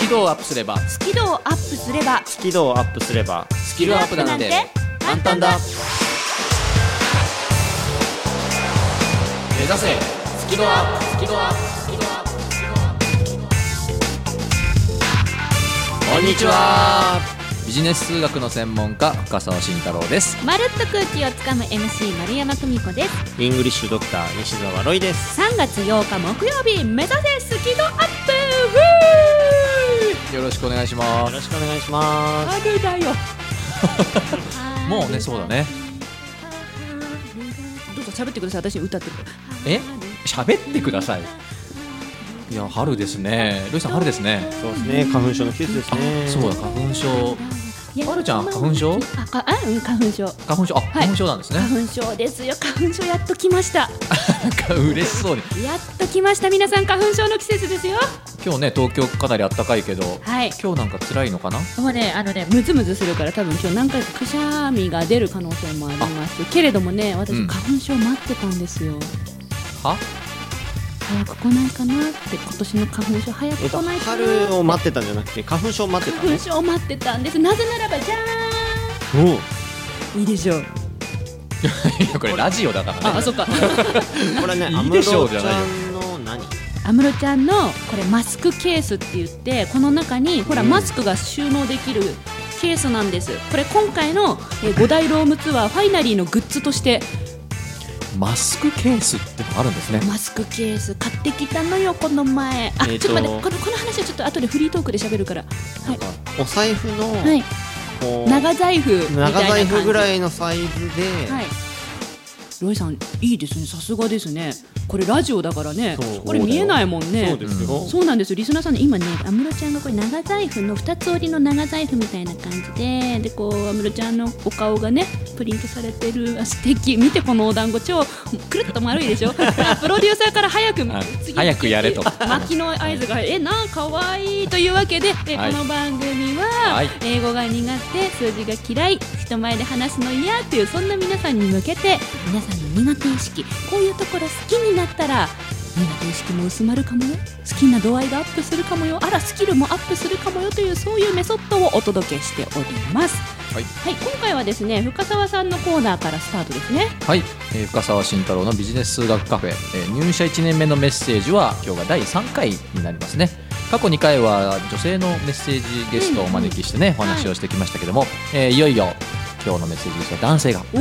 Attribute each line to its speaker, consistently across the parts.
Speaker 1: キ度をアップすれば
Speaker 2: スキルをアップすれば
Speaker 3: スキルをアップすれば
Speaker 1: スキルアップなんて簡単だ目指せスキルアップスキルアップスキルアップスキルアップこんにちはビジネス数学の専門家深澤慎太郎です
Speaker 2: まるっと空気をつかむ MC 丸山久美子です
Speaker 3: イングリッシュドクター西澤ロイです
Speaker 2: 3月8日木曜日目指せスキルアップ
Speaker 1: よろしくお願いしま
Speaker 3: よろしくお願いしま
Speaker 2: あれだよ
Speaker 1: もうねそうだね
Speaker 2: どうぞ喋ってください私歌ってる
Speaker 1: え喋ってくださいいや春ですねロイさん春ですね
Speaker 3: すそうですね花粉症の季節ですね
Speaker 1: そうだ花粉症
Speaker 2: いや
Speaker 1: まるちゃん花粉症
Speaker 2: あかあうん花粉症
Speaker 1: 花粉症あ、花粉症なんですね
Speaker 2: 花粉症ですよ花粉症やっと来ました
Speaker 1: なんか嬉しそうに
Speaker 2: やっと来ました皆さん花粉症の季節ですよ
Speaker 1: 今日ね東京かなり暖かいけど、
Speaker 2: はい
Speaker 1: 今日なんか辛いのかな
Speaker 2: もうねあのねムズムズするから多分今日何回かくしゃみが出る可能性もありますけれどもね私、
Speaker 1: うん
Speaker 2: 花粉症待ってたんですよ
Speaker 1: は
Speaker 2: 早く来ないかなって今年の花粉症早
Speaker 3: え
Speaker 2: く
Speaker 3: っと
Speaker 2: 来ないかな
Speaker 3: 春を待ってたんじゃなくて花粉症を待ってた
Speaker 2: 花粉症を待ってたんですなぜならばじゃ
Speaker 3: の
Speaker 2: ーんいいでしょう
Speaker 1: いやこれラジオだから
Speaker 2: あ
Speaker 1: ね
Speaker 2: あそっ か
Speaker 3: おおこれね
Speaker 1: い
Speaker 3: 安
Speaker 1: いでしょ
Speaker 3: 室
Speaker 1: うじ
Speaker 3: ち
Speaker 1: ゃない
Speaker 3: ゃ
Speaker 1: よ
Speaker 3: んの何
Speaker 2: 安室ちゃんのこれマスクケースって言ってこの中にほら、
Speaker 3: うん
Speaker 2: マスクが収納できるケースなんですこれ今回のえー五大ロームツアーファイナリーのグッズとして
Speaker 1: マスクケースってのがあるんですね
Speaker 2: マスクケース買ってきたのよこの前あ、
Speaker 3: えー
Speaker 2: ち
Speaker 3: と
Speaker 2: ょっと待ってこのこの話はちょっと後でフリートークで喋るからはい、
Speaker 3: お財布の
Speaker 2: はい、
Speaker 3: こう
Speaker 2: 長財布みたいな
Speaker 3: 長
Speaker 2: 感じ
Speaker 3: 財布ぐらいのサイズで
Speaker 2: はいロイさんいいですねさすがですねこれラジオだからね
Speaker 3: そう
Speaker 2: これ見えないもんね
Speaker 3: そうですよ
Speaker 2: そうなんですよリスナーさんね今ね安室ちゃんがこれ長財布の二つ折りの長財布みたいな感じででこう安室ちゃんのお顔がねプリントされてるあ素敵見てこのお団子超くるっと丸いでしょほらプロデューサーから早く
Speaker 1: はい
Speaker 2: 次
Speaker 1: 早くやれと
Speaker 2: 巻きの合図がえなあかわいいというわけでえ
Speaker 1: はい
Speaker 2: この番組は、
Speaker 1: はい
Speaker 2: 英語が苦手数字が嫌い人前で話すの嫌っていうそんな皆さんに向けて皆さんの苦手意識こういうところ好きになったら苦手意識も薄まるかもよ好きな度合いがアップするかもよあらスキルもアップするかもよというそういうメソッドをお届けしております
Speaker 1: はい
Speaker 2: はい、今回はですね深澤さんのコーナーからスタートですね
Speaker 1: はい、えー深澤慎太郎のビジネス数学カフェ、えー入社1年目のメッセージは今日が第3回になりますね過去2回は女性のメッセージゲストをお招きしてね、
Speaker 2: うん
Speaker 1: お話をしてきましたけども、えーいよいよ今日のメッセージゲストは男性が
Speaker 2: お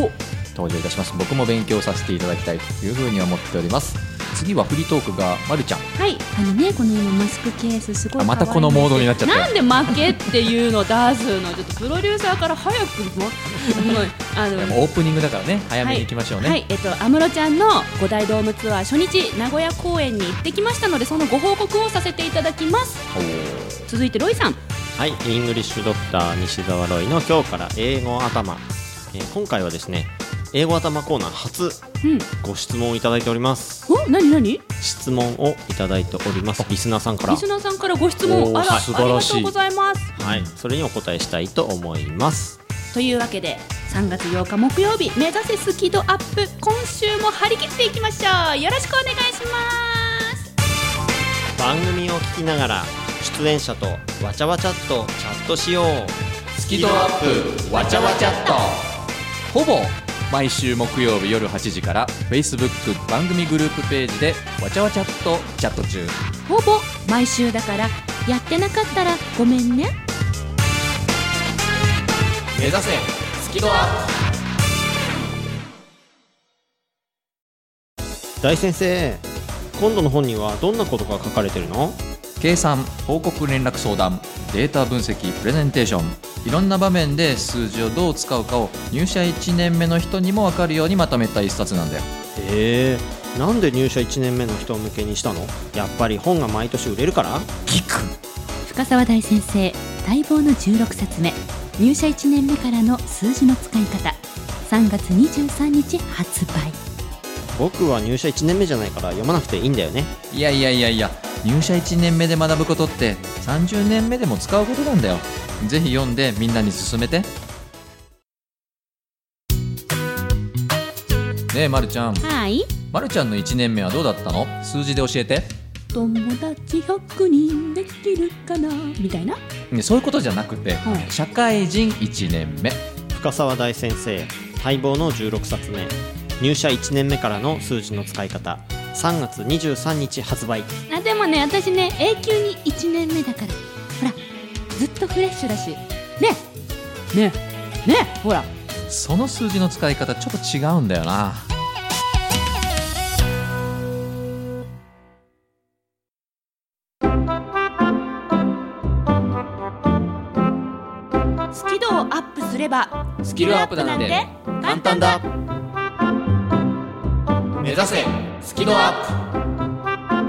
Speaker 1: 登場いたします僕も勉強させていただきたいというふうに思っております次はフリートークがまるちゃん
Speaker 2: はい、あのね、この今マスクケースすごい
Speaker 1: あまた
Speaker 2: 可愛いんです
Speaker 1: このモードになっちゃった
Speaker 2: なんで負けっていうの出すの、ちょっとプロデューサーから早くも、もうあの。
Speaker 1: オープニングだからね早めに行きましょうね、
Speaker 2: はい、えっと、安室ちゃんの五大ドームツアー初日名古屋公演に行ってきましたので、そのご報告をさせていただきます。
Speaker 1: おー
Speaker 2: 続いてロイさん、
Speaker 3: はい、イングリッシュドクター西澤ロイの今日から英語頭、えー今回はですね英語頭コーナー初
Speaker 2: うん、
Speaker 3: ご質問をいただいております
Speaker 2: お、なになに、
Speaker 3: 質問をいただいておりますリスナーさんから
Speaker 2: リスナーさんからご質問、
Speaker 1: おー
Speaker 2: あら、あ
Speaker 1: 素
Speaker 2: り
Speaker 1: 晴ら
Speaker 2: が
Speaker 1: しい
Speaker 2: とうございます。
Speaker 3: はい、それにお答えしたいと思います
Speaker 2: というわけで3月8日木曜日目指せスキドアップ今週も張り切っていきましょうよろしくお願いします
Speaker 3: 番組を聞きながら出演者とわちゃわちゃっとチャットしよう
Speaker 1: スキドアップわちゃわちゃっとほぼ毎週木曜日夜8時から Facebook 番組グループページでわちゃわちゃっとチャット中
Speaker 2: ほぼ毎週だからやってなかったらごめんね
Speaker 1: 目指せスキドアッ
Speaker 3: 大先生今度の本にはどんなことが書かれてるの
Speaker 1: プ計算報告連絡相談データ分析プレゼンテーションいろんな場面で数字をどう使うかを入社1年目の人にも分かるようにまとめた一冊なんだよ
Speaker 3: えー、なんで入社1年目の人向けにしたのやっぱり本が毎年売れるから
Speaker 1: 聞く
Speaker 2: 深沢大先生待望の16冊目入社1年目からの数字の使い方3月23日発売
Speaker 3: 僕は入社1年目じゃないから読まなくていいんだよね
Speaker 1: いやいやいやいや入社1年目で学ぶことって30年目でも使うことなんだよぜひ読んでみんなに勧めてねえまるちゃん
Speaker 2: はい
Speaker 1: まるちゃんの1年目はどうだったの数字で教えて
Speaker 2: 友達100人できるかなみたいな
Speaker 1: ねそういうことじゃなくて、
Speaker 2: はい
Speaker 1: 社会人1年目
Speaker 3: 深沢大先生待望の16冊目入社1年目からの数字の使い方3月23日発売
Speaker 2: あでもね私ね永久に1年目だからほらずっとフレッシュだしねねねほら
Speaker 1: その数字の使い方ちょっと違うんだよな
Speaker 2: スキルをアップすればス
Speaker 1: キルアップなんて簡単だ目指せスキルアップ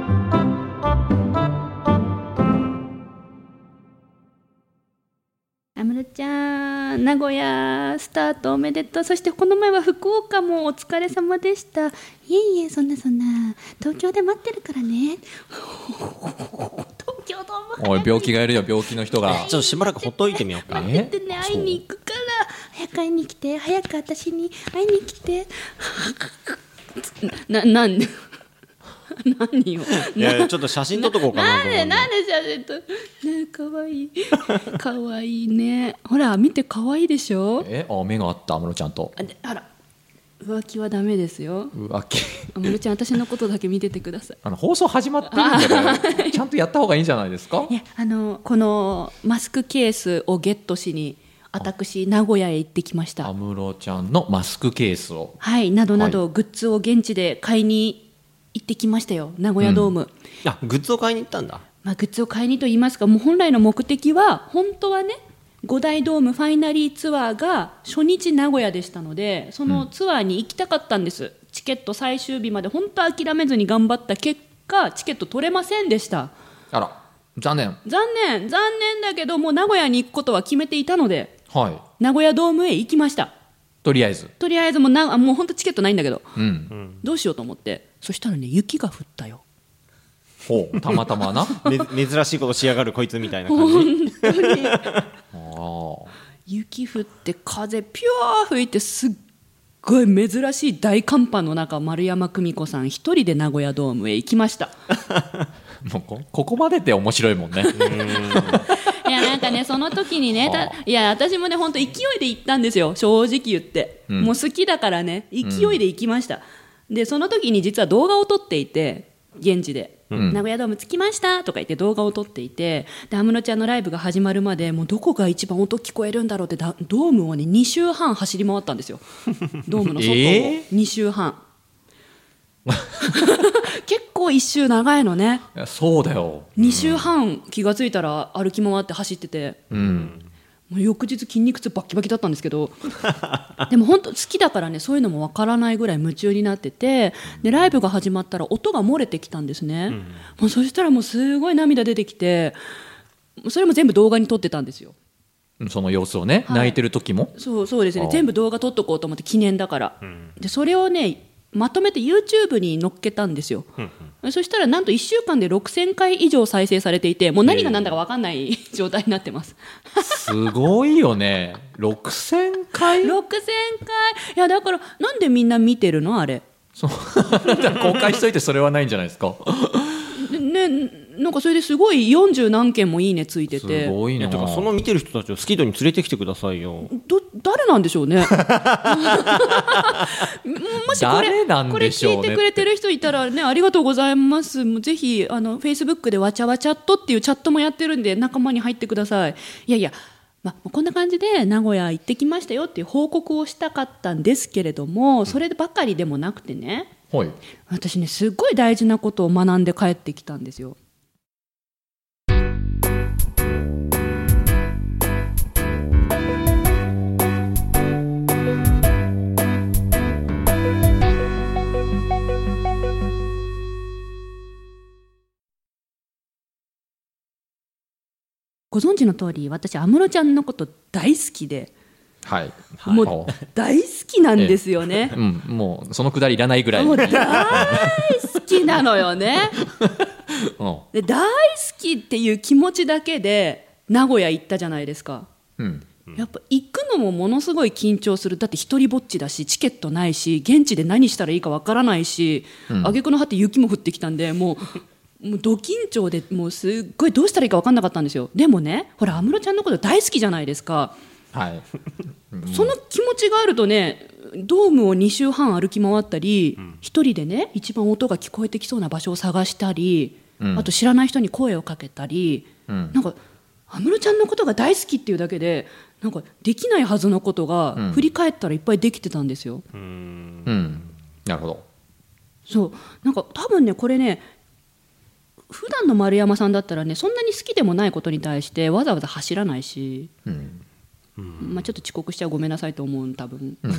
Speaker 2: 安室ちゃん名古屋スタートおめでとうそしてこの前は福岡もお疲れ様でしたいえいえそんなそんな東京で待ってるからね東京ドーム
Speaker 1: おい病気がいるよ病気の人が
Speaker 3: ちょっとしばらくほっといてみようか
Speaker 1: え
Speaker 2: 待っててね会いに行くから早く会いに来て早く私に会いに来て ななんで 何を
Speaker 3: いやちょっと写真撮っとこうかな
Speaker 2: な
Speaker 3: と
Speaker 2: ん
Speaker 3: 思
Speaker 2: で
Speaker 3: う
Speaker 2: なんで写真とねえかわいいかわいいねほら見てかわいいでしょ
Speaker 1: えあ目があった安室ちゃんと
Speaker 2: あであら浮気はダメですよ
Speaker 1: 浮気
Speaker 2: 安室ちゃん私のことだけ見ててください
Speaker 1: あの放送始まってるんで、ね、ちゃんとやった方がいいんじゃないですか
Speaker 2: いやあのこのマスクケースをゲットしに私名古屋へ行ってき ました
Speaker 1: 安室ちゃんのマスクケースを
Speaker 2: はいなどなど、グッズを現地で買いに行ってきましたよ名古屋ドーム、
Speaker 3: あグッズを買いに行ったんだ
Speaker 2: まあ、グッズを買いにと言いますかもう本来の目的は本当はね五大ドームファイナリーツアーが初日名古屋でしたのでそのツアーに行きたかったんです、チケット最終日まで本当諦めずに頑張った結果チケット取れませんでした
Speaker 1: あら残念
Speaker 2: 残念残念だけどもう名古屋に行くことは決めていたので
Speaker 1: はい
Speaker 2: 名古屋ドームへ行きました
Speaker 1: とりあえず
Speaker 2: とりあえずもうなあもう本当チケットないんだけど
Speaker 1: うん、
Speaker 2: どうしようと思ってそしたらね雪が降ったよ
Speaker 1: ほうたまたま なあ
Speaker 3: め珍しいことしやがるこいつみたいな感じ
Speaker 2: 本当に
Speaker 1: ー
Speaker 2: 雪降って風ピュー吹いてすっごい珍しい大寒波の中丸山久美子さん一人で名古屋ドームへ行きました
Speaker 1: もうこここまでで面白いも んね
Speaker 2: いやなんかねその時にね
Speaker 1: は
Speaker 2: た
Speaker 1: あ
Speaker 2: いや私もね本当勢いで行ったんですよ正直言って、
Speaker 1: うん
Speaker 2: もう好きだからね勢いで行きました、でその時に実は動画を撮っていて現地で、
Speaker 1: ん
Speaker 2: 名古屋ドーム着きましたとか言って動画を撮っていてで安室ちゃんのライブが始まるまでもうどこが一番音聞こえるんだろうってだドームをね2周半走り回ったんで すよドームの外を
Speaker 1: え
Speaker 2: 2周半 結構1周長いのね
Speaker 1: いやそうだよ
Speaker 2: 2周半気がついたら歩き回って走ってて
Speaker 1: うん
Speaker 2: もう翌日筋肉痛バッキバキだったんですけど でも本当好きだからねそういうのもわからないぐらい夢中になっててでライブが始まったら音が漏れてきたんですね、もうそしたらもうすごい涙出てきてもうそれも全部動画に撮ってたんですよ
Speaker 1: その様子をね、
Speaker 2: はい
Speaker 1: 泣いてる時も
Speaker 2: そうそうです
Speaker 1: あ
Speaker 2: ね
Speaker 1: あ
Speaker 2: 全部動画撮っとこうと思って記念だから、でそれをねまとめて YouTube に載っけたんですよ、そしたらなんと1週間で6000回以上再生されていてもう何が何だか分かんない状態になってます
Speaker 1: すごいよね6000回
Speaker 2: 6000回いやだからなんでみんな見てるのあれ
Speaker 1: そう公開しといてそれはないんじゃないですか
Speaker 2: ねなんかそれですごい40何件もいいねついて
Speaker 1: す
Speaker 2: て
Speaker 1: ごい
Speaker 3: いや
Speaker 1: な
Speaker 3: てかその見てる人たちをスキードに連れてきてくださいよ
Speaker 2: ど誰なんでしょうねももしこれ
Speaker 1: 誰なん
Speaker 2: これ
Speaker 1: でしょうね
Speaker 2: 聞いてくれてる人いたらねありがとうございますもうぜひあのフェイスブックでわちゃわちゃっとっていうチャットもやってるんで仲間に入ってくださいいやいやまあ、こんな感じで名古屋行ってきましたよっていう報告をしたかったんですけれどもそればかりでもなくてね
Speaker 1: はい
Speaker 2: 私ねすっごい大事なことを学んで帰ってきたんですよご存知の通り私安室ちゃんのこと大好きで、
Speaker 1: はい
Speaker 2: もう大好きなんですよね
Speaker 1: う、ん、もうそのくだりいらないぐらい、
Speaker 2: も
Speaker 1: う、
Speaker 2: うん大好きなのよねで大好きっていう気持ちだけで名古屋行ったじゃないですか
Speaker 1: うん、
Speaker 2: やっぱ行くのもものすごい緊張するだって一人ぼっちだしチケットないし現地で何したらいいかわからないし、挙句の果て雪も降ってきたんでもう もうド緊張でもうすっごいどうしたらいいか分かんなかったんですよでもねほら安室ちゃんのこと大好きじゃないですか、
Speaker 1: はい、うん
Speaker 2: その気持ちがあるとねドームを2周半歩き回ったり、一人でね一番音が聞こえてきそうな場所を探したり、
Speaker 1: うん
Speaker 2: あと知らない人に声をかけたり、
Speaker 1: うん
Speaker 2: なんか安室ちゃんのことが大好きっていうだけでなんかできないはずのことが、
Speaker 1: うん
Speaker 2: 振り返ったらいっぱいできてたんですよ。
Speaker 3: うん
Speaker 1: うん、なるほど
Speaker 2: そうなんか多分ねこれね普段の丸山さんだったらねそんなに好きでもないことに対してわざわざ走らないし、
Speaker 1: うん、
Speaker 2: まあ、ちょっと遅刻しちゃごめんなさいと思う多分
Speaker 1: うん、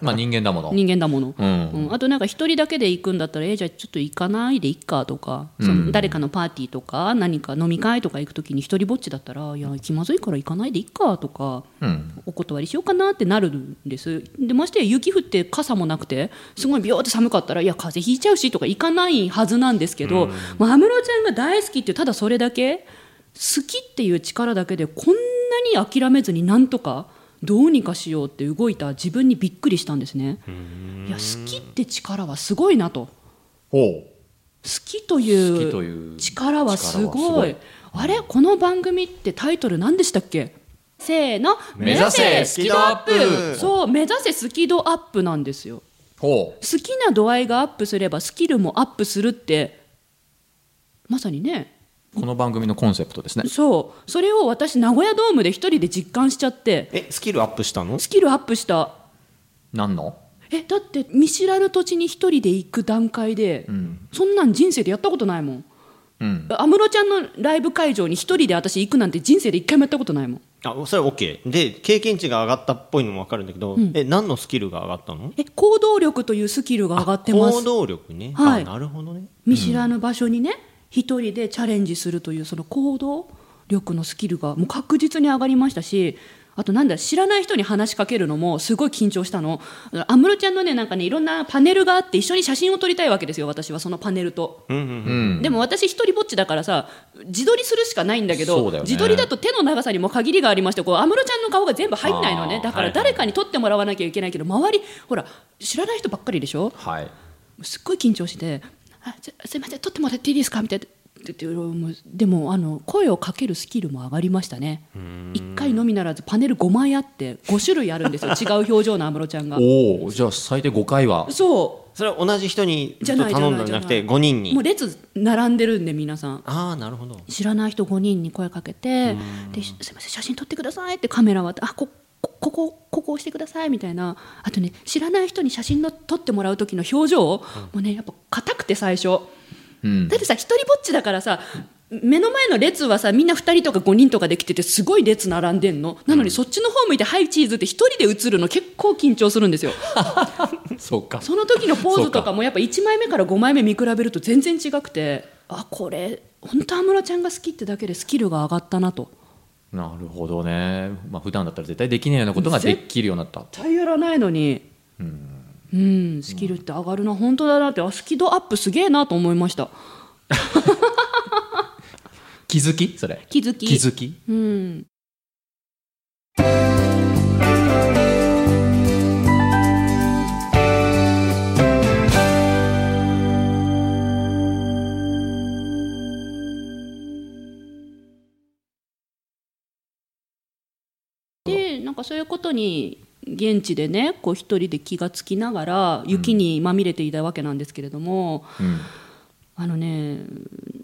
Speaker 1: まあ人間だもの
Speaker 2: 人間だもの、
Speaker 1: うん
Speaker 2: うんあとなんか一人だけで行くんだったらえーじゃあちょっと行かないでいっかとか、
Speaker 1: うん
Speaker 2: その誰かのパーティーとか何か飲み会とか行く時に一人ぼっちだったらいや気まずいから行かないでいっかとか。
Speaker 1: うん
Speaker 2: お断りしようかなってなるんですでましてや雪降って傘もなくてすごいビヨーって寒かったらいや風邪ひいちゃうしとか行かないはずなんですけどまあ安室、ちゃんが大好きっていうただそれだけ好きっていう力だけでこんなに諦めずになんとかどうにかしようって動いた自分にびっくりしたんですね。いや好きって力はすごいなと
Speaker 1: ほ
Speaker 2: 好きと
Speaker 1: う好きと
Speaker 2: いう
Speaker 1: いう
Speaker 2: 力はすごい
Speaker 1: 力はす
Speaker 2: あれこの番組ってタイトル何でしたっけせーの
Speaker 1: 目指せスキドアップ
Speaker 2: そう目指せスキドアップなんですよ
Speaker 1: ほう
Speaker 2: 好きな度合いがアップすればスキルもアップするってまさにね
Speaker 1: この番組のコンセプトですね
Speaker 2: そうそれを私名古屋ドームで一人で実感しちゃって
Speaker 3: えスキルアップしたの
Speaker 2: スキルアップした
Speaker 1: 何の
Speaker 2: えだって見知らぬ土地に一人で行く段階で、
Speaker 1: うん
Speaker 2: そんなん人生でやったことないもん
Speaker 1: うん
Speaker 2: 安室ちゃんのライブ会場に一人で私行くなんて人生で一回もやったことないもん
Speaker 3: あそれは OK で経験値が上がったっぽいのも分かるんだけど、え何のスキルが上がったの
Speaker 2: え行動力というスキルが上がってま
Speaker 3: 行
Speaker 2: す
Speaker 3: 動力ね、
Speaker 2: はい
Speaker 3: あなるほどね
Speaker 2: 見知らぬ場所にね一人でチャレンジするというその行動力のスキルがもう確実に上がりましたしあとなんだ知らない人に話しかけるのもすごい緊張したの安室ちゃんのねなんかねいろんなパネルがあって一緒に写真を撮りたいわけですよ私はそのパネルと。
Speaker 3: うんうんうん
Speaker 1: うん
Speaker 2: でも私一人ぼっちだからさ自撮りするしかないんだけ
Speaker 1: そ
Speaker 2: ど
Speaker 1: うだよね
Speaker 2: 自撮りだと手の長さにも限りがありましてこう安室ちゃんの顔が全部入んないの
Speaker 1: あ
Speaker 2: ね
Speaker 1: ー
Speaker 2: だか
Speaker 1: はいは
Speaker 2: ら
Speaker 1: い
Speaker 2: 誰かに撮ってもらわなきゃいけないけど周りほら知らない人ばっかりでしょ
Speaker 1: はい
Speaker 2: すっごい緊張して「あじゃすいません撮ってもらっていいですか?」みたいな。ででもうでもあの声をかけるスキルも上がりましたね1回のみならずパネル5枚あって5種類あるん ですよ違う表情の安室ちゃんが
Speaker 1: おおじゃあ最低5回は
Speaker 2: そ
Speaker 3: それは同じ人に
Speaker 2: じ
Speaker 3: ず
Speaker 2: ゃな
Speaker 3: っと
Speaker 2: いじゃない
Speaker 3: 頼んだんじゃなく
Speaker 2: じゃ
Speaker 3: て
Speaker 2: ない
Speaker 3: 5人
Speaker 2: うもう
Speaker 3: に
Speaker 2: 列並んでるんで皆さん
Speaker 3: ああなるほど
Speaker 2: 知らない人5人に声かけて「でしすいません写真撮ってください」ってカメラ渡あここここここ押してくださいみたいなあとね知らない人に写真の撮ってもらう時の表情、もうねやっぱ硬くて最初、
Speaker 1: うん
Speaker 2: だってさ一人ぼっちだからさ目の前の列はさみんな2人とか5人とかできててすごい列並んでんのなのにそっちの方向いて「はいチーズ」って1人で映るの結構緊張するんですよ
Speaker 1: そうか
Speaker 2: その時のポーズとかもやっぱ1枚目から5枚目見比べると全然違くてあこれ本当安室ちゃんが好きってだけでスキルが上がったなと
Speaker 1: なるほどねまあ普段だったら絶対できないようなことができるようになった
Speaker 2: 絶対やらないのにうん、スキルって上がるな本当だなってあスキドアップすげえなと思いました
Speaker 1: 気づきそれ
Speaker 2: 気づき
Speaker 1: 気づき
Speaker 2: うんでなんかそういうことに現地でねこう一人で気がつきながら雪にまみれていたわけなんですけれども、
Speaker 1: うん
Speaker 2: あのね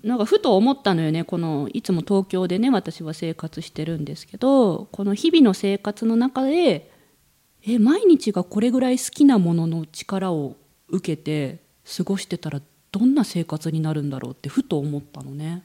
Speaker 2: なんかふと思ったのよねこのいつも東京でね私は生活してるんですけどこの日々の生活の中でえ毎日がこれぐらい好きなものの力を受けて過ごしてたらどんな生活になるんだろうってふと思ったのね。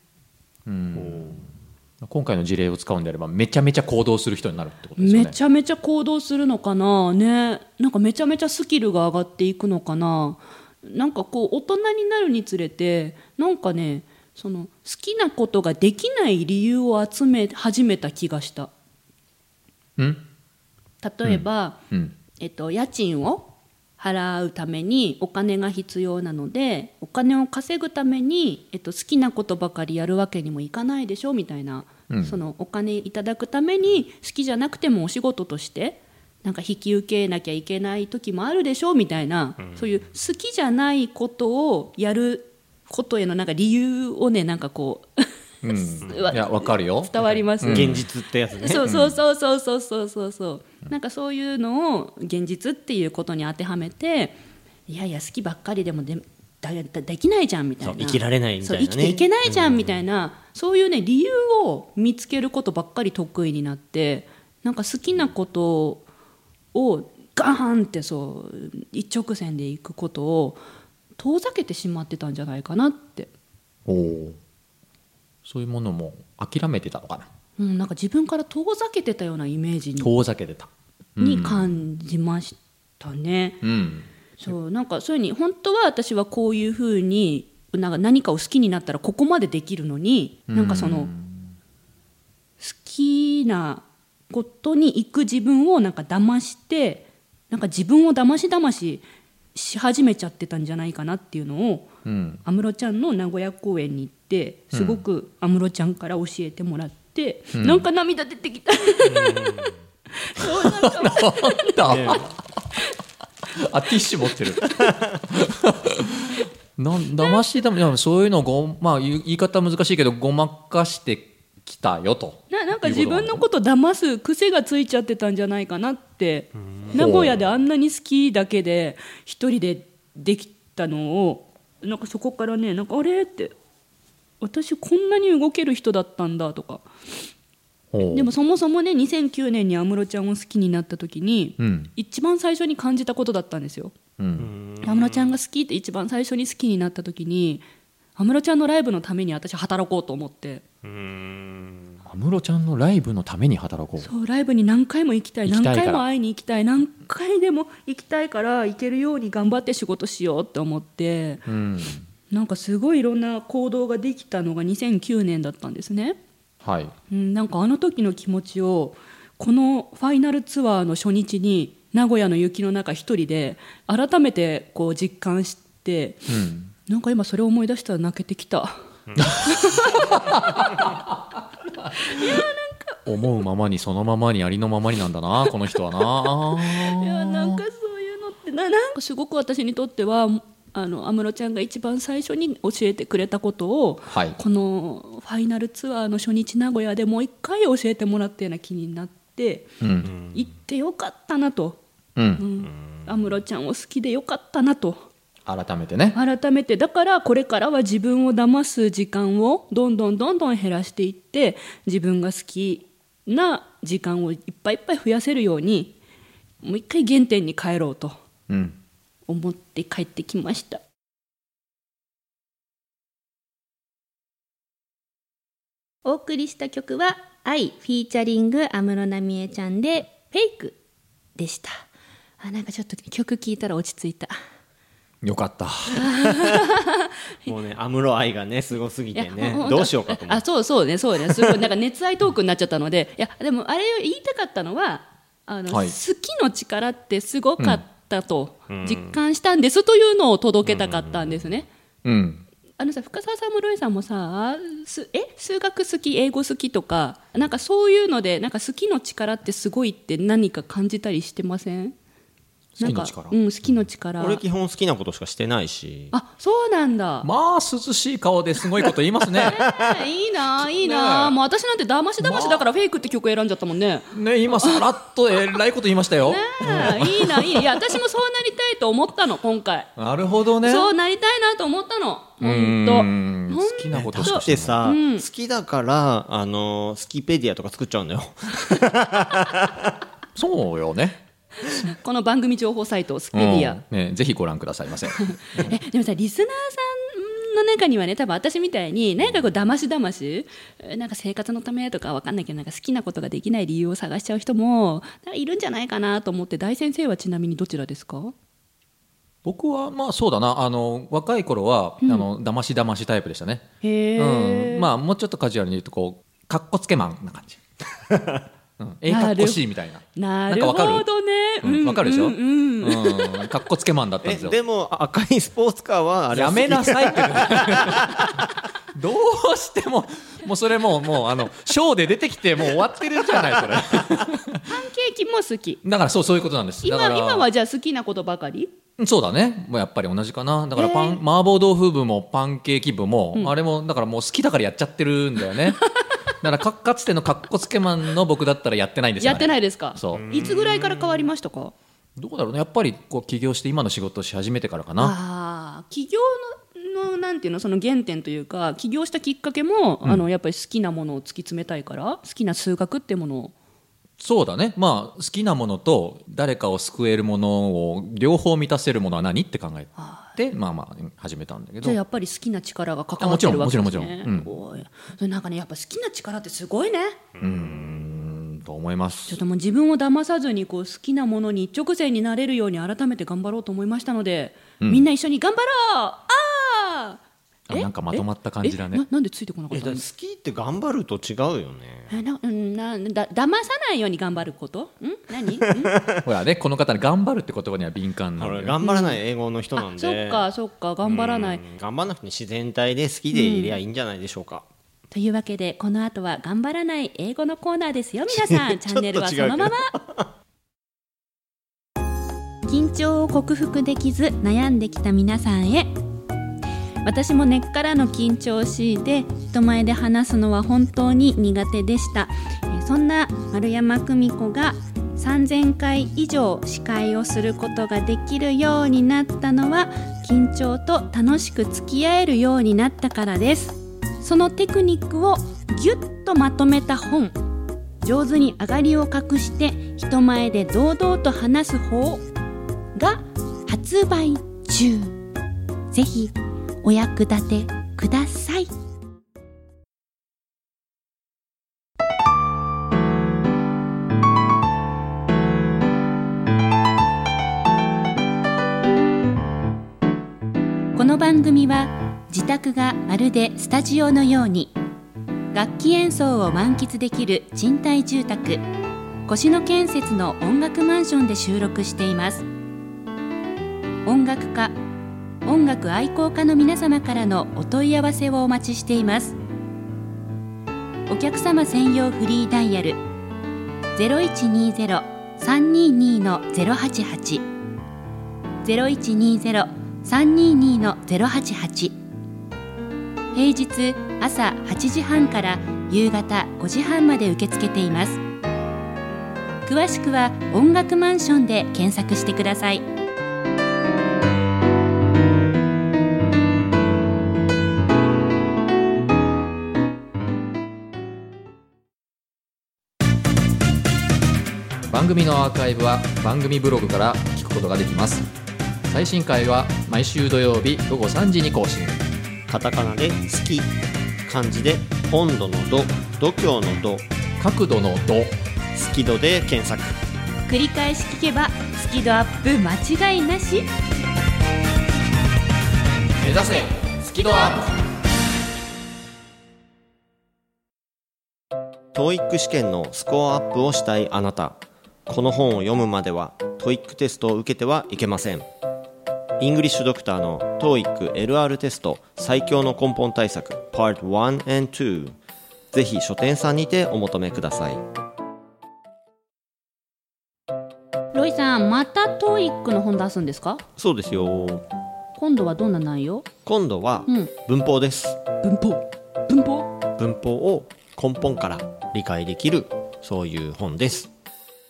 Speaker 1: 今回の事例を使うんであればめちゃめちゃ行動する人になるってことですよね
Speaker 2: めちゃめちゃ行動するのかなねなんかめちゃめちゃスキルが上がっていくのかななんかこう大人になるにつれてなんかねその好きなことができない理由を集め始めた気がした
Speaker 1: うん
Speaker 2: 例えば、
Speaker 1: うん
Speaker 2: えっと、家賃を払うためにお金が必要なのでお金を稼ぐために、えっと、好きなことばかりやるわけにもいかないでしょみたいな、
Speaker 1: うん
Speaker 2: そのお金いただくために好きじゃなくてもお仕事としてなんか引き受けなきゃいけない時もあるでしょみたいな、そういう好きじゃないことをやることへのなんか理由をねなんかこ
Speaker 1: うん、いやわかるよ
Speaker 2: う 伝わりますね、
Speaker 3: 現実ってやつね。
Speaker 2: そうそうそうそうそうそうそうそう、なんかそういうのを現実っていうことに当てはめていやいや好きばっかりでもでだだできないじゃんみたいな
Speaker 3: そう生きられないみたいなね
Speaker 2: そう生きていけないじゃんみたいな、そういうね理由を見つけることばっかり得意になってなんか好きなことをガーンってそう一直線でいくことを遠ざけてしまってたんじゃないかなって、
Speaker 1: おーそういうものも諦めてたのかな
Speaker 2: うん、なんか自分から遠ざけてたようなイメージに
Speaker 1: 遠ざけてた
Speaker 2: に感じましたね。
Speaker 1: うん
Speaker 2: そうなんかそういうふうに本当は私はこういうふうになんか何かを好きになったらここまでできるのに、なんかその好きなことに行く自分をなんか騙してなんか自分を騙し騙しし始めちゃってたんじゃないかなっていうのを
Speaker 1: うん
Speaker 2: 安室ちゃんの名古屋公演に行ってすごく安室ちゃんから教えてもらって、なんか涙出てきた。 そうなんか
Speaker 1: だ、 あティッシュ持ってる なん騙しだいやそういうのごまあ言い言い方難しいけどごまかしてきたよと
Speaker 2: ななんか
Speaker 1: いうこと
Speaker 2: 自
Speaker 1: なの
Speaker 2: 分のこと騙す癖がついちゃってたんじゃないかなって名古屋であんなに好きだけで一人でできたのをなんかそこからねなんかあれって私こんなに動ける人だったんだとか
Speaker 1: ほう
Speaker 2: でもそもそもね2009年に安室ちゃんを好きになった時に、
Speaker 1: うん
Speaker 2: 一番最初に感じたことだったんですよ
Speaker 1: うん
Speaker 2: 安室ちゃんが好きって一番最初に好きになった時に安室ちゃんのライブのために私働こうと思って。
Speaker 3: うん
Speaker 1: 安室ちゃんのライブのために働こう
Speaker 2: そうライブに何回も行きたい
Speaker 1: 行き
Speaker 2: 何
Speaker 1: たいから
Speaker 2: 回も会いに行きたい何回でも行きたいから行けるように頑張って仕事しようって思って
Speaker 1: うん
Speaker 2: なんかすごいいろんな行動ができたのが2009年だったんですね、
Speaker 1: はい
Speaker 2: うん、なんかあの時の気持ちをこのファイナルツアーの初日に名古屋の雪の中一人で改めてこう実感して
Speaker 1: うん
Speaker 2: なんか今それを思い出したら泣けてきた。
Speaker 1: 思うままにそのままにありのままになんだなこの人はない
Speaker 2: やなんかそういうのってななんかすごく私にとってはあの安室ちゃんが一番最初に教えてくれたことを
Speaker 1: はい
Speaker 2: このファイナルツアーの初日名古屋でもう一回教えてもらったような気になって
Speaker 1: うん
Speaker 2: 行ってよかったなと
Speaker 1: うん
Speaker 2: 安室ちゃんを好きでよかったなと
Speaker 1: 改めてね
Speaker 2: 改めてだからこれからは自分を騙す時間をどんどんどんどん減らしていって自分が好きな時間をいっぱいいっぱい増やせるようにもう一回原点に帰ろうと。
Speaker 1: うん
Speaker 2: 思って帰ってきました
Speaker 4: お送りした曲は「愛」フィーチャリング安室奈美恵ちゃんで「フェイク」でしたあなんかちょっと曲聴いたら落ち着いた
Speaker 1: よかった
Speaker 3: もうね、安室愛がね、すごすぎ
Speaker 2: いや
Speaker 3: てね
Speaker 2: ほんほ、ん
Speaker 3: どうしようかと思
Speaker 2: あ
Speaker 3: って。
Speaker 2: そうそうねそうねすごいなんか熱愛トークになっちゃったのでいやでもあれを言いたかったのはあの、
Speaker 1: はい
Speaker 2: 好きの力ってすごかったと実感したんですというのを届けたかったんですね、
Speaker 1: うん
Speaker 2: あのさ深澤さんもロイさんもさすえ数学好き英語好きとかなんかそういうのでなんか好きの力ってすごいって何か感じたりしてません
Speaker 1: 好きの
Speaker 2: な
Speaker 1: 力
Speaker 2: んかうん、好きの力
Speaker 3: 俺基本好きなことしかしてないし、
Speaker 2: あそうな んだ
Speaker 1: まあ涼しい顔ですごいこと言いますね
Speaker 2: いいないい
Speaker 1: ね
Speaker 2: な、
Speaker 1: え
Speaker 2: もう私なんてだましだましだからフェイクって曲選んじゃったもんね。
Speaker 1: ね今さらっとえらいこと言いましたよ
Speaker 2: ねえいいないいないや私もそうなりたいと思ったの今回。
Speaker 1: なるほどね
Speaker 2: そうなりたいなと思ったの
Speaker 1: う
Speaker 2: 本
Speaker 1: ん
Speaker 2: 当。
Speaker 1: 好きなことしか
Speaker 3: だ
Speaker 1: し
Speaker 3: ってて
Speaker 1: ない
Speaker 3: さ、好きだから、あの、スキペディアとか作っちゃうんだよ。
Speaker 1: そうよね
Speaker 2: この番組情報サイトスペディア。
Speaker 1: うんね、ぜひご覧くださいま せ
Speaker 2: えでもさリスナーさんの中にはね多分私みたいに何かこうだましだましえなんか生活のためとかわかんないけどなんか好きなことができない理由を探しちゃう人もなんかいるんじゃないかなと思って大先生はちなみにどちらですか
Speaker 1: 僕はまあそうだなあの若い頃は、あのだましだましタイプでしたね、
Speaker 2: へえ、
Speaker 1: うん、まあもうちょっとカジュアルに言うとこうかっこつけマンな感 じ、うん、えかっこしいみたいな
Speaker 2: な
Speaker 1: なん
Speaker 2: る
Speaker 1: か
Speaker 2: ほ
Speaker 1: わかる
Speaker 2: どね。
Speaker 1: うんわかるでしょ
Speaker 2: うんうんうん
Speaker 1: うんかっこつけマンだったん
Speaker 3: え、
Speaker 1: ですよ
Speaker 3: でも赤いスポーツカーはあれ
Speaker 1: やめな
Speaker 3: 好
Speaker 1: さいって どうしてももうそれもうもうあのショーで出てきてもう終わってるじゃないそれ
Speaker 2: パンケーキも好き。
Speaker 1: だからそうそういうことなんです
Speaker 2: 今
Speaker 1: だから
Speaker 2: 今はじゃあ好きなことばかり？
Speaker 1: そうだねもうやっぱり同じかなだからパン、
Speaker 4: えー
Speaker 1: 麻婆豆腐部もパンケーキ部も、
Speaker 2: うん
Speaker 1: あれもだからもう好きだからやっちゃってるんだよ ねだからかかつてのかっこつけマンの僕だったらやってないんですよ
Speaker 2: やってないいですか
Speaker 1: そう
Speaker 2: いつぐらいから変わりましたか
Speaker 1: どうだろうねやっぱりこう起業して今の仕事をし始めてからかな
Speaker 2: ああ起業ののなんていうのその原点というか起業したきっかけも、
Speaker 1: ん
Speaker 2: あのやっぱり好きなものを突き詰めたいから好きな数学ってものを
Speaker 1: そうだねまあ好きなものと誰かを救えるものを両方満たせるものは何って考えてまあまあ始めたんだけ
Speaker 2: じ
Speaker 1: ど
Speaker 2: ゃあやっぱり好きな力が関わってるわけ
Speaker 1: あ
Speaker 2: ですね
Speaker 1: もちろんもちろんもちろ
Speaker 2: おいそれなんかねやっぱ好きな力ってすごいね
Speaker 1: うんと思いま
Speaker 2: ちょ
Speaker 1: す
Speaker 2: っともう自分を騙さずにこう好きなものに一直線になれるように改めて頑張ろうと思いましたので、
Speaker 1: うん
Speaker 2: みんな一緒に頑張ろうあ
Speaker 1: あ
Speaker 2: ーえ
Speaker 1: なんかまとまった感じだ
Speaker 2: え
Speaker 1: ね
Speaker 2: ななんでついてこなか
Speaker 3: え
Speaker 2: っ
Speaker 3: だ
Speaker 2: た
Speaker 3: から
Speaker 2: の
Speaker 3: 好きって頑張ると違うよね
Speaker 2: えなうんなだ騙さないように頑張ることん何ん
Speaker 1: ほらねこの方ね頑張るって言葉には敏感な
Speaker 3: ほ
Speaker 1: の
Speaker 3: ら
Speaker 1: で
Speaker 3: 頑張らない英語の人な
Speaker 2: あ
Speaker 3: んで、
Speaker 2: そっかそっか頑張らない
Speaker 3: うん頑張らなくて自然体で好きでいりゃいいんじゃないでしょうか、
Speaker 2: というわけでこの後は頑張らない英語のコーナーですよ皆さんチャンネルはそのまま
Speaker 4: 緊張を克服できず悩んできた皆さんへ私も根っからの緊張を強いて人前で話すのは本当に苦手でしたえーそんな丸山久美子が3000回以上司会をすることができるようになったのは緊張と楽しく付き合えるようになったからですそのテクニックをぎゅっとまとめた本上手に上がりを隠して人前で堂々と話す方が発売中ぜひお役立てくださいこの番組は自宅がまるでスタジオのように楽器演奏を満喫できる賃貸住宅越野建設の音楽マンションで収録しています音楽家音楽愛好家の皆様からのお問い合わせをお待ちしていますお客様専用フリーダイヤル0120-322-088 0120-322-088平日朝8時半から夕方5時半まで受け付けています詳しくは音楽マンションで検索してください
Speaker 1: 番組のアーカイブは番組ブログから聞くことができます最新回は毎週土曜日午後3時に更新
Speaker 3: カタカナで「好き」漢字で「温度の度」「度胸の度」
Speaker 1: 角度の度
Speaker 3: 「好き度」で検索
Speaker 4: 繰り返し聞けばスキドアップ間違いなし
Speaker 1: 目指せスキドアップ
Speaker 3: TOEIC 試験のスコアアップをしたいあなたこの本を読むまでは TOEIC テストを受けてはいけませんイングリッシュドクターの TOEICLR テスト最強の根本対策 Part 1 and 2ぜひ書店さんにてお求めください
Speaker 2: ロイさんまたトーイックの本出すんですか
Speaker 3: そうですよ
Speaker 2: 今度はどんな内容
Speaker 3: 今度は
Speaker 2: うん
Speaker 3: 文法です
Speaker 2: 文法文法
Speaker 3: 文法を根本から理解できるそういう本です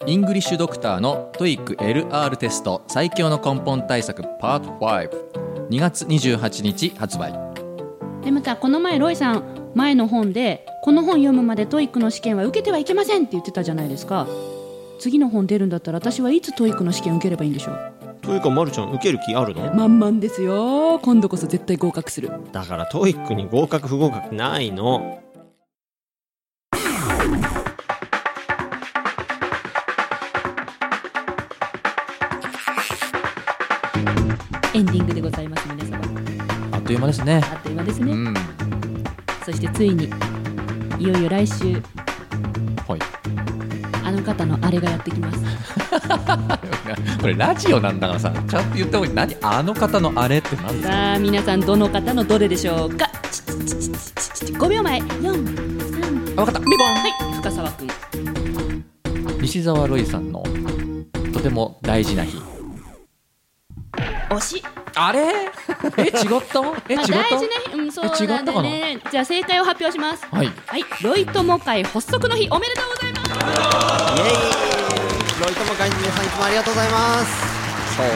Speaker 1: イングリッシュドクターの TOEICLR テスト最強の根本対策パート52月28日発売
Speaker 2: でまたこの前ロイさん前の本でこの本読むまでトーイックの試験は受けてはいけませんって言ってたじゃないですか次の本出るんだったら私はいつトーイックの試験受ければいいんでしょう
Speaker 3: というかまるちゃん受ける気あるの
Speaker 2: 満々ですよ今度こそ絶対合格する
Speaker 3: だから TOEIC に合格不合格ないの
Speaker 2: エンディングでございます皆様
Speaker 1: あっという間ですね
Speaker 2: あっという間ですね、
Speaker 1: うん
Speaker 2: そしてついにいよいよ来週
Speaker 1: はい
Speaker 2: あの方のあれがやってきます
Speaker 1: これラジオなんだからさちゃんと言った方がいい何あの方のあれってなんだ
Speaker 2: さあ皆さんどの方のどれでしょうかちちちちちち5秒前4
Speaker 1: あわかったリボン
Speaker 2: はい深沢君
Speaker 1: 西澤ロイさんのとても大事な日
Speaker 2: 推し
Speaker 1: あれ え違ったえ違
Speaker 2: ま
Speaker 1: っ
Speaker 2: あ、大事な
Speaker 1: た
Speaker 2: 日、うん、そう
Speaker 1: え違
Speaker 2: な
Speaker 1: っ
Speaker 2: ん
Speaker 1: た
Speaker 2: だ
Speaker 1: かな
Speaker 2: よねじゃあ正解を発表しますは
Speaker 1: はい
Speaker 2: い、ロイ友会発足の日おめでとうございます
Speaker 3: ロイトも会の皆さんいつもありがとうございます
Speaker 1: そうだち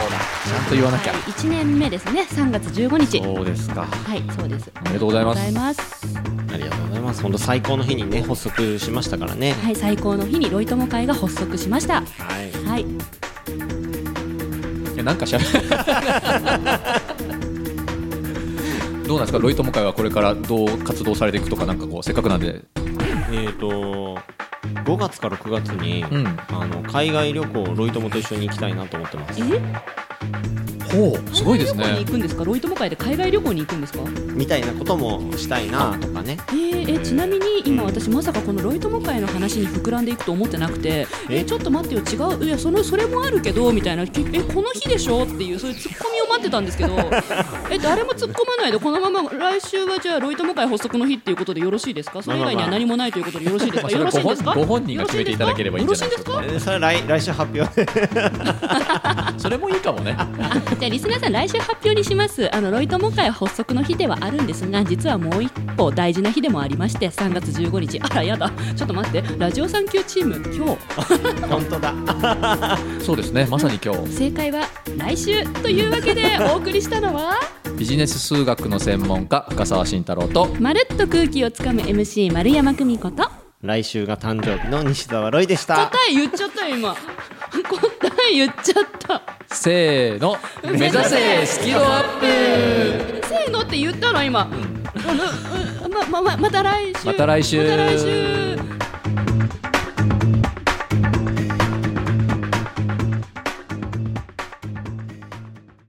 Speaker 1: ゃんと言わなきゃ、
Speaker 2: はい、1年目ですね3月15日
Speaker 3: そうですか
Speaker 2: はいそうですお
Speaker 1: めでとうございます
Speaker 2: めでとうございます
Speaker 3: ありがとうございます本当最高の日にね発足しましたからね
Speaker 2: はい最高の日にロイ友会が発足しました
Speaker 3: はい
Speaker 2: はい
Speaker 1: えなんかしゃべどうなんですかロイ友会はこれからどう活動されていくとかなんかこうせっかくなんで
Speaker 3: えー、と5月から6月に、
Speaker 1: うん
Speaker 3: あの海外旅行ロイ友と一緒に行きたいなと思ってます
Speaker 2: え
Speaker 1: ほうすごいですね
Speaker 2: 海外旅行に行くんですかロイ友会で海外旅行に行くんですか
Speaker 3: みたいなこともしたいなとかね
Speaker 2: えー、えちなみに今私まさかこのロイ友会の話に膨らんでいくと思ってなくてえ
Speaker 3: え
Speaker 2: ちょっと待ってよ違ういやそのそれもあるけどみたいなけえこの日でしょっていうそういうツッコミを待ってたんです けどえ誰も突っ込まないでこのまま来週はじゃあロイ友会発足の日っていうことでよろしいですかそれ以外には何もないということでよろしいです
Speaker 1: ま
Speaker 2: か
Speaker 1: あそれ
Speaker 2: よろしいですか
Speaker 1: ご本ご本人が決めていただければいいんじゃないですか
Speaker 2: よろし
Speaker 3: えーそれは来来週発表
Speaker 1: それもいいかもね
Speaker 2: あじゃあリスナーさん来週発表にしますあのロイ友会発足の日ではあるんですが実はもう一歩大事な日でもありまして3月15日あらやだちょっと待ってラジオ産休チーム今日
Speaker 3: 本当だ
Speaker 1: そうですねまさに今日
Speaker 2: 正解は来週というわけでお送りしたのは
Speaker 1: ビジネス数学の専門家深澤慎太郎と
Speaker 2: まるっと空気をつかむ MC 丸山久美子と
Speaker 3: 来週が誕生日の西澤ロイでした
Speaker 2: 答え言っちゃったよ今答え言っちゃった
Speaker 1: せーの目指せスキルアップ
Speaker 2: せーのって言ったの今、あのうままままた来週
Speaker 1: また来週
Speaker 2: また来週